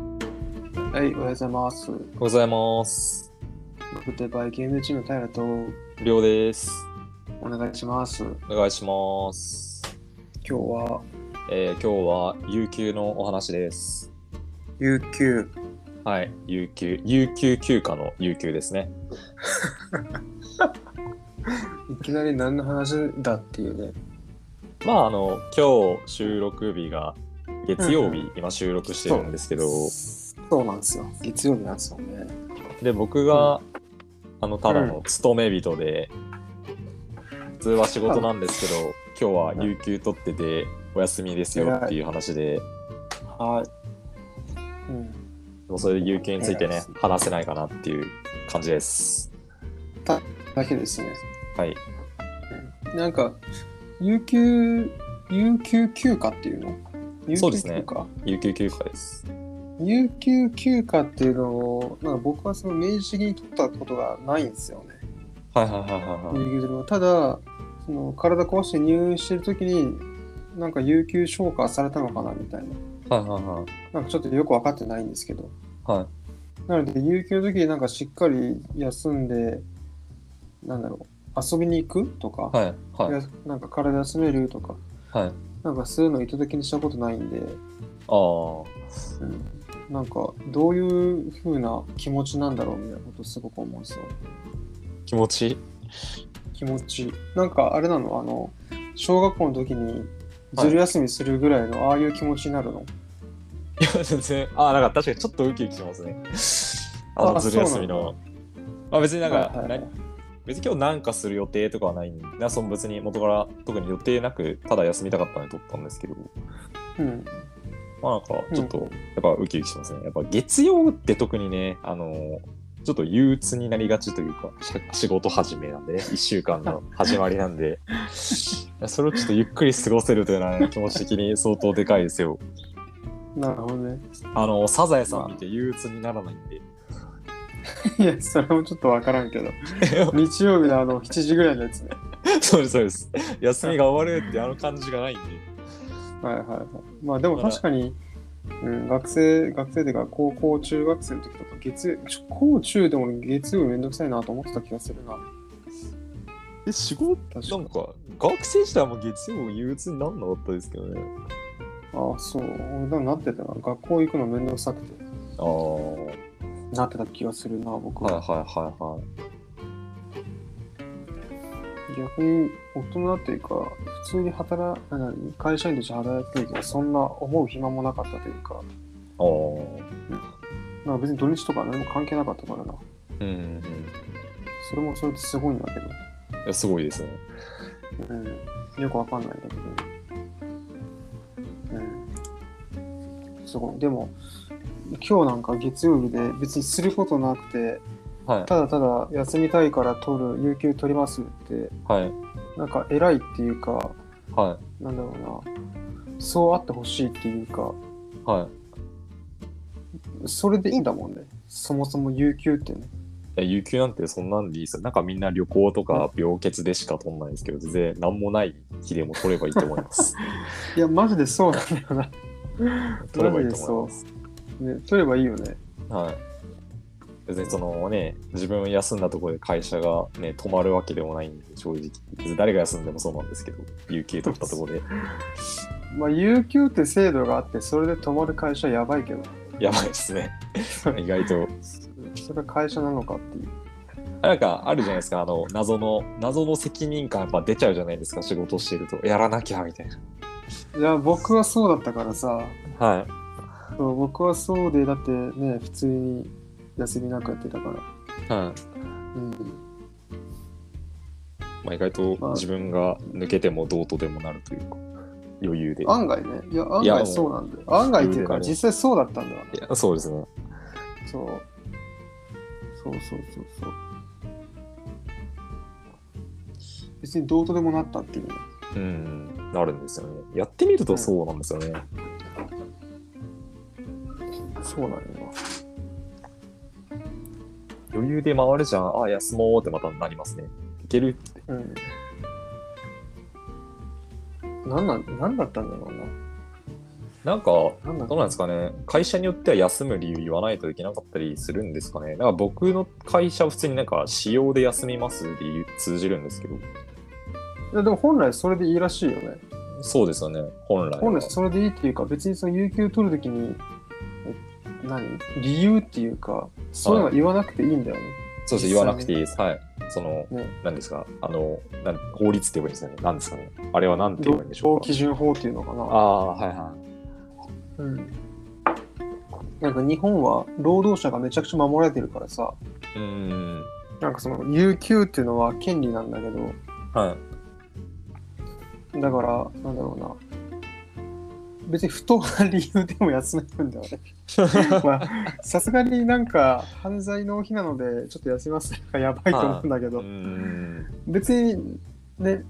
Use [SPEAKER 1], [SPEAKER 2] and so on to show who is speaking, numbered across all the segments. [SPEAKER 1] はい、おはようございます。
[SPEAKER 2] ございます。
[SPEAKER 1] グッドバイゲームチーム平と
[SPEAKER 2] りょうです。
[SPEAKER 1] お願いします。
[SPEAKER 2] お願いします。
[SPEAKER 1] 今日は
[SPEAKER 2] えー今日は有給のお話です。
[SPEAKER 1] 有給。
[SPEAKER 2] はい、有給、有給休暇の有給ですね。
[SPEAKER 1] いきなり何の話だっていうね。
[SPEAKER 2] まあ、あの、今日収録日が月曜日、今収録してるんですけど、
[SPEAKER 1] そうなんですよ。月曜日なんですよね。
[SPEAKER 2] で、僕が、あの、ただの勤め人で、普通は仕事なんですけど、今日は有給取ってて、お休みですよっていう話で、
[SPEAKER 1] はい。うん。
[SPEAKER 2] でもそれで有給について
[SPEAKER 1] 偉い
[SPEAKER 2] ね
[SPEAKER 1] です、
[SPEAKER 2] 話せないかなっていう感じです。
[SPEAKER 1] だけですね。
[SPEAKER 2] はい。
[SPEAKER 1] なんか、有給、有給休暇っていうの有給休暇
[SPEAKER 2] そうですね有給休暇です。
[SPEAKER 1] 有給休暇っていうのを、なんか僕はその明示的に取ったことがないんですよね。
[SPEAKER 2] はいはいはいはいはい。
[SPEAKER 1] 有給取りもただその体壊して入院してる時になんか有給消化されたのかなみたいな
[SPEAKER 2] はいはいはい。
[SPEAKER 1] なんかちょっとよく分かってないんですけど
[SPEAKER 2] はい、
[SPEAKER 1] なので有給の時になんかしっかり休んでなんだろう遊びに行くとか、
[SPEAKER 2] はい、はい、
[SPEAKER 1] やなんか体休めるとか
[SPEAKER 2] はい。
[SPEAKER 1] なんかそういうのを意図的にしたことないんで、
[SPEAKER 2] ああ、は
[SPEAKER 1] うん、なんかどういう風な気持ちなんだろうみたいなことすごく思うんですよ
[SPEAKER 2] 気持ちいい。
[SPEAKER 1] 気持ちなんかあれなのあの小学校の時にずる休みするぐらいの、ああいう気持ちになるの
[SPEAKER 2] いや、全然、ああ、なんか確かにちょっとウキウキしますね。あの、
[SPEAKER 1] あ
[SPEAKER 2] ずる休み
[SPEAKER 1] そう
[SPEAKER 2] の。まあ別になんか、
[SPEAKER 1] はいはいはい
[SPEAKER 2] な別に今日なんかする予定とかはないんで、その別に元から特に予定なく、ただ休みたかったので取ったんですけど、
[SPEAKER 1] うん
[SPEAKER 2] まあなんかちょっと、やっぱウキウキしますね。やっぱ月曜って特にね、あの、ちょっと憂鬱になりがちというか、し仕事始めなんでね、1週間の始まりなんで、 それをちょっとゆっくり過ごせるというのはね、気持ち的に相当でかいですよ。
[SPEAKER 1] なるほどね
[SPEAKER 2] あの、サザエさん見て憂鬱にならないんで。
[SPEAKER 1] いやそれもちょっとわからんけど 日曜日のあの7時ぐらいのやつね
[SPEAKER 2] そうです、そうです。休みが終わるってあの感じがないんで。
[SPEAKER 1] はいはいはいまあでも確かに、うん、学生学生というか高校中学生の時とか月ちょ高中でも月曜日めんどくさいなと思ってた気がするな
[SPEAKER 2] え、仕事
[SPEAKER 1] 確
[SPEAKER 2] な
[SPEAKER 1] か
[SPEAKER 2] ん
[SPEAKER 1] に
[SPEAKER 2] か、学生時代も月曜憂鬱になんなかったですけどね。
[SPEAKER 1] ああそう俺でもなってたな学校行くのめんどくさくて
[SPEAKER 2] ああ。
[SPEAKER 1] なってた気がするな僕
[SPEAKER 2] はい
[SPEAKER 1] は、
[SPEAKER 2] はいはいはい。
[SPEAKER 1] 逆に大人だっていうか普通に働あ何会社員として働いてる時はそんな思う暇もなかったというか
[SPEAKER 2] ああ。
[SPEAKER 1] まあ別に土日とか何も関係なかったからな
[SPEAKER 2] うんうんうん、
[SPEAKER 1] それもそれってすごいんだけ
[SPEAKER 2] いやすごいですね。
[SPEAKER 1] ど、うん、よくわかんないんだけど、うん、すごいでも今日なんか月曜日で別にすることなくて
[SPEAKER 2] は
[SPEAKER 1] ただただ休みたいから取る有給取りますって
[SPEAKER 2] い、はい、
[SPEAKER 1] なんか偉いっていうか
[SPEAKER 2] は
[SPEAKER 1] なんだろうなそうあってほしいっていうか
[SPEAKER 2] い、はい。
[SPEAKER 1] それでいいんだもんね。そもそも有給ってね。
[SPEAKER 2] いや有給なんてそんなんでいいですよ。なんかみんな旅行とか病欠でしか取んないですけど、全然何もない日でも取ればいいと思います。
[SPEAKER 1] いや、マジでそうなんだよな。
[SPEAKER 2] 取ればいいと思います。
[SPEAKER 1] ね、取ればいいよね。
[SPEAKER 2] はい。別にそのね、自分休んだところで会社がね、止まるわけでもないんで、正直。別に誰が休んでもそうなんですけど、有給取ったところで。
[SPEAKER 1] まあ、有給って制度があって、それで泊まる会社やばいけど、
[SPEAKER 2] やばいです ね。意外と。
[SPEAKER 1] それが会社なのかっていう。
[SPEAKER 2] なんかあるじゃないですか、あの、謎の、謎の責任感やっぱ出ちゃうじゃないですか、仕事してると。やらなきゃ、みたいな。
[SPEAKER 1] いや、僕はそうだったからさ、
[SPEAKER 2] はい。
[SPEAKER 1] そう僕はそうで、だってね、普通に休みなくやってたから。
[SPEAKER 2] はい
[SPEAKER 1] うん。
[SPEAKER 2] まあ、意外と自分が抜けてもどうとでもなるというか余裕で
[SPEAKER 1] 案外ね、いや、案
[SPEAKER 2] いやも
[SPEAKER 1] 外
[SPEAKER 2] う
[SPEAKER 1] そうなんだよ。案外っていう
[SPEAKER 2] う
[SPEAKER 1] か、
[SPEAKER 2] ん
[SPEAKER 1] 実際そうだったんだよ。
[SPEAKER 2] いやそうですね
[SPEAKER 1] そう。そうそうそうそう。別にどうとでもなったっていうね。
[SPEAKER 2] うんなるんですよねやってみるとそうなんですよね、
[SPEAKER 1] そうなんよ
[SPEAKER 2] 余裕で回るじゃんああ休もうってまたなりますねいけるって
[SPEAKER 1] な。うん。なんなん、なんだったんだろうな。
[SPEAKER 2] なんか、
[SPEAKER 1] なんだ
[SPEAKER 2] どうなんですかね、会社によっては休む理由言わないといけなかったりするんですかね。なんか僕の会社は普通になんか、仕様で休みますで言う通じるんですけど、
[SPEAKER 1] いやでも本来それでいいらしいよね。
[SPEAKER 2] そうですよね、本来は。
[SPEAKER 1] 本来それでいいっていうか、別にその有給取るときに、え何理由っていうか、そういうのは言わなくていいんだよね。
[SPEAKER 2] そうで
[SPEAKER 1] 実際
[SPEAKER 2] す、
[SPEAKER 1] に
[SPEAKER 2] 言わなくていいです。はい。その、
[SPEAKER 1] ね
[SPEAKER 2] なんですか、あの、なん法律って言えばいいんですかね。なんですかね。あれはなんて言えばいいんでしょ
[SPEAKER 1] 労
[SPEAKER 2] う
[SPEAKER 1] 基
[SPEAKER 2] か。
[SPEAKER 1] 準法っていうのかな。
[SPEAKER 2] ああ、はいはい。
[SPEAKER 1] うん。なんか日本は労働者がめちゃくちゃ守られてるからさ、
[SPEAKER 2] うーん。
[SPEAKER 1] なんかその有給っていうのは権利なんだけど、
[SPEAKER 2] はい。
[SPEAKER 1] だから、なんだろうな。別に不当な理由でも休めるんだよね。 まあ、さすがになんか犯罪の日なので、ちょっと休ませるのがやばいと思うんだけ
[SPEAKER 2] う
[SPEAKER 1] ど
[SPEAKER 2] ー、ん。
[SPEAKER 1] 別にね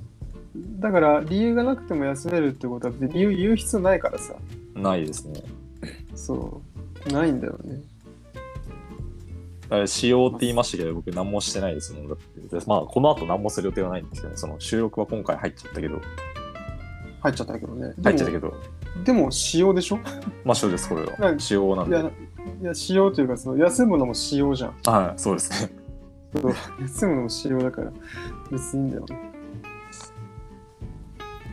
[SPEAKER 1] だから理由がなくても休めるってことは別に理由言う必要ないからさ
[SPEAKER 2] ないですね。
[SPEAKER 1] そうないんだよね
[SPEAKER 2] だからしようって言いましたけど、僕何もしてないですもん。だってまあ、この後何もする予定はないんですけどね。その収録は今回入っちゃったけど、
[SPEAKER 1] 入っちゃったけどね
[SPEAKER 2] 入っちゃっ
[SPEAKER 1] ど
[SPEAKER 2] たけど、
[SPEAKER 1] でも使用でしょ
[SPEAKER 2] まあ、そうです、これ
[SPEAKER 1] な
[SPEAKER 2] は。
[SPEAKER 1] ん
[SPEAKER 2] しようなん
[SPEAKER 1] い
[SPEAKER 2] で。
[SPEAKER 1] やいや使用というかその休むのも使用じゃん
[SPEAKER 2] はい、そうですね。
[SPEAKER 1] そう休むのも使用だから別にいいんだよね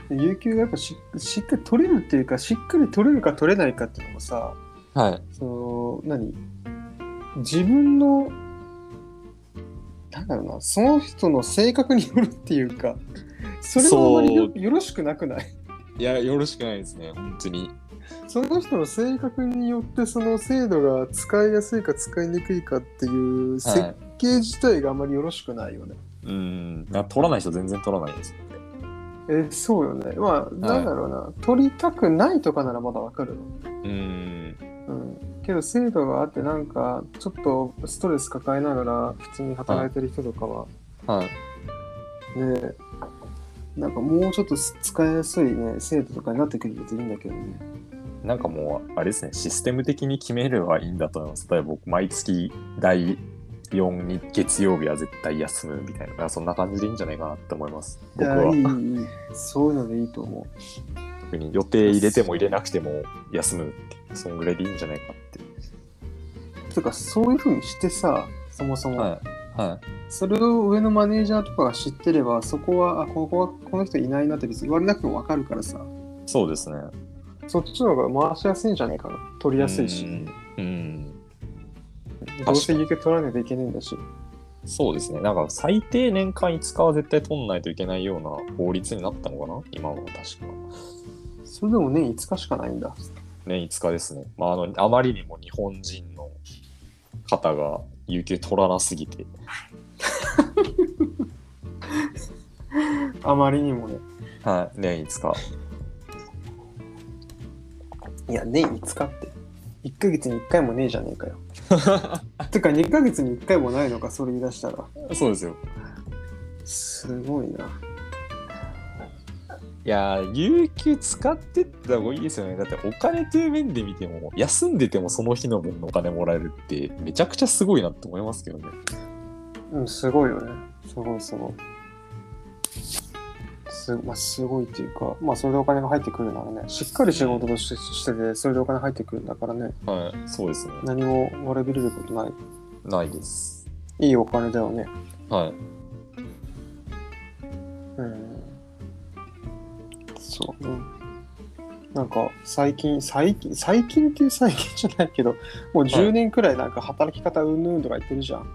[SPEAKER 1] で有給がやっぱししっかり取れるっていうかしっかり取れるか取れないかっていうのもさ
[SPEAKER 2] はい。
[SPEAKER 1] その何自分のなんだろうなその人の性格によるっていうかそれはあまりよ
[SPEAKER 2] そ
[SPEAKER 1] よろしくなくない
[SPEAKER 2] いや、よろしくないですね、本当に。
[SPEAKER 1] その人の性格によってその制度が使いやすいか使いにくいかっていう設
[SPEAKER 2] は
[SPEAKER 1] 計自体があまりよろしくないよね、
[SPEAKER 2] い。うーん。な取らない人全然取らないですもんね。
[SPEAKER 1] えそうよねまあなんだろうな、取りたくないとかならまだわかるの
[SPEAKER 2] うーん。
[SPEAKER 1] うんけど制度があってなんかちょっとストレス抱えながら普通に働いてる人とかは
[SPEAKER 2] はい。
[SPEAKER 1] ねえなんかもうちょっと使いやすいね生徒とかになってくれるといいんだけどね
[SPEAKER 2] なんかもう、あれですね、システム的に決めればいいんだと思います。例えば僕、毎月第4に月曜日は絶対休むみたいな、なんかそんな感じでいいんじゃないかなって思います。
[SPEAKER 1] い
[SPEAKER 2] 僕
[SPEAKER 1] やいいい
[SPEAKER 2] はい
[SPEAKER 1] いいそういうのでいいと思う
[SPEAKER 2] 特に予定入れても入れなくても休むって、そんぐらいでいいんじゃないかって。
[SPEAKER 1] てかそういうふうにしてさそもそも、
[SPEAKER 2] い。は
[SPEAKER 1] それを上のマネージャーとかが知ってればそこはあここはこの人いないなって別に言われなくても分かるからさ
[SPEAKER 2] い。そうですね。
[SPEAKER 1] そっちの方が回しやすいんじゃないかな取りやすいし
[SPEAKER 2] うん。うん
[SPEAKER 1] どうせ有給取らないといけないんだし
[SPEAKER 2] そうですね。なんか最低年間5日は絶対取んないといけないような法律になったのかな今は確か。
[SPEAKER 1] それでも年5日しかないんだ
[SPEAKER 2] 年5日ですね。まあ、あのあまりにも日本人の方が有給取らなすぎて、
[SPEAKER 1] あまりにもね
[SPEAKER 2] はい、年5日。
[SPEAKER 1] いや、年5日って。1ヶ月に1回もねえじゃねえ かよ。てか、2ヶ月に1回もないのか、それ言い出したら。
[SPEAKER 2] そうですよ。
[SPEAKER 1] すごいな。
[SPEAKER 2] いやー、有給使ってった方がいいですよね。だってお金という面で見ても、休んでてもその日の分のお金もらえるって、めちゃくちゃすごいなって思いますけどね。
[SPEAKER 1] うん、すごいよね。すごい、すごい。すまあ、すごいっていうか、まあ、それでお金が入ってくるならね、しっかり仕事としてしてて、それでお金入ってくるんだからね、
[SPEAKER 2] はい、そうですね。
[SPEAKER 1] 何も悪びれることない。
[SPEAKER 2] ないです。
[SPEAKER 1] いいお金だよね。
[SPEAKER 2] はい。
[SPEAKER 1] うん。そうね。なんか最近最近最近っていう最近じゃないけどもう
[SPEAKER 2] は
[SPEAKER 1] 10
[SPEAKER 2] い
[SPEAKER 1] 年くらいなんか働き方うんぬんとか言ってるじゃん。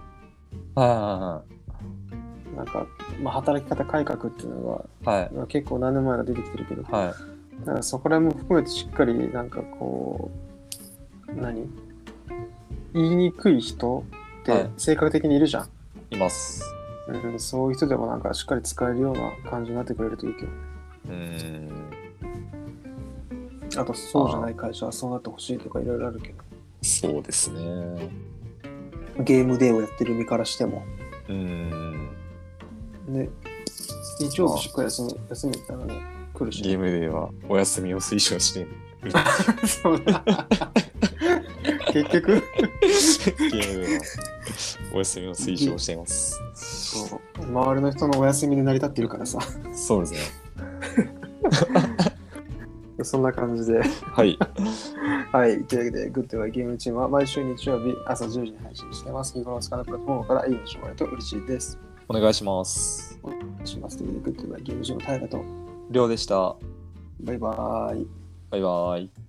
[SPEAKER 2] は
[SPEAKER 1] なんか、まあ、働き方改革っていうの
[SPEAKER 2] いはいはい。はい。
[SPEAKER 1] が結構何年前が出てきてるけど
[SPEAKER 2] はい。
[SPEAKER 1] なんかそこら辺も含めてしっかりなんかこう何言いにくい人っ
[SPEAKER 2] は
[SPEAKER 1] て
[SPEAKER 2] い
[SPEAKER 1] 性格的にいるじゃん、
[SPEAKER 2] います。
[SPEAKER 1] うん、そういう人でもなんかしっかり使えるような感じになってくれるといいけ
[SPEAKER 2] うーん。
[SPEAKER 1] どあとそうじゃない会社はそうなってほしいとかいろいろあるけど。
[SPEAKER 2] そうですね。う
[SPEAKER 1] ゲームデーをやってる身からしても。
[SPEAKER 2] ーん。
[SPEAKER 1] ね。日曜日しっかり休み休みたらね、来るし、
[SPEAKER 2] ゲームではお休みを推奨している。
[SPEAKER 1] そうだ結局
[SPEAKER 2] ゲームではお休みを推奨しています。
[SPEAKER 1] そう、周りの人のお休みで成り立ってるからさ。
[SPEAKER 2] そうですね。
[SPEAKER 1] そんな感じで。
[SPEAKER 2] はい。
[SPEAKER 1] はい。というわけで、グッドはゲームチームは毎週日曜日朝10時に配信しています。日頃の使うプラットフォームからいいねしてもらえると嬉しいです。
[SPEAKER 2] お願いします。
[SPEAKER 1] お願いします。というわけで、グッドはゲームチームのタイガと、
[SPEAKER 2] りょうでした。
[SPEAKER 1] バイバーイ。
[SPEAKER 2] バイバイ。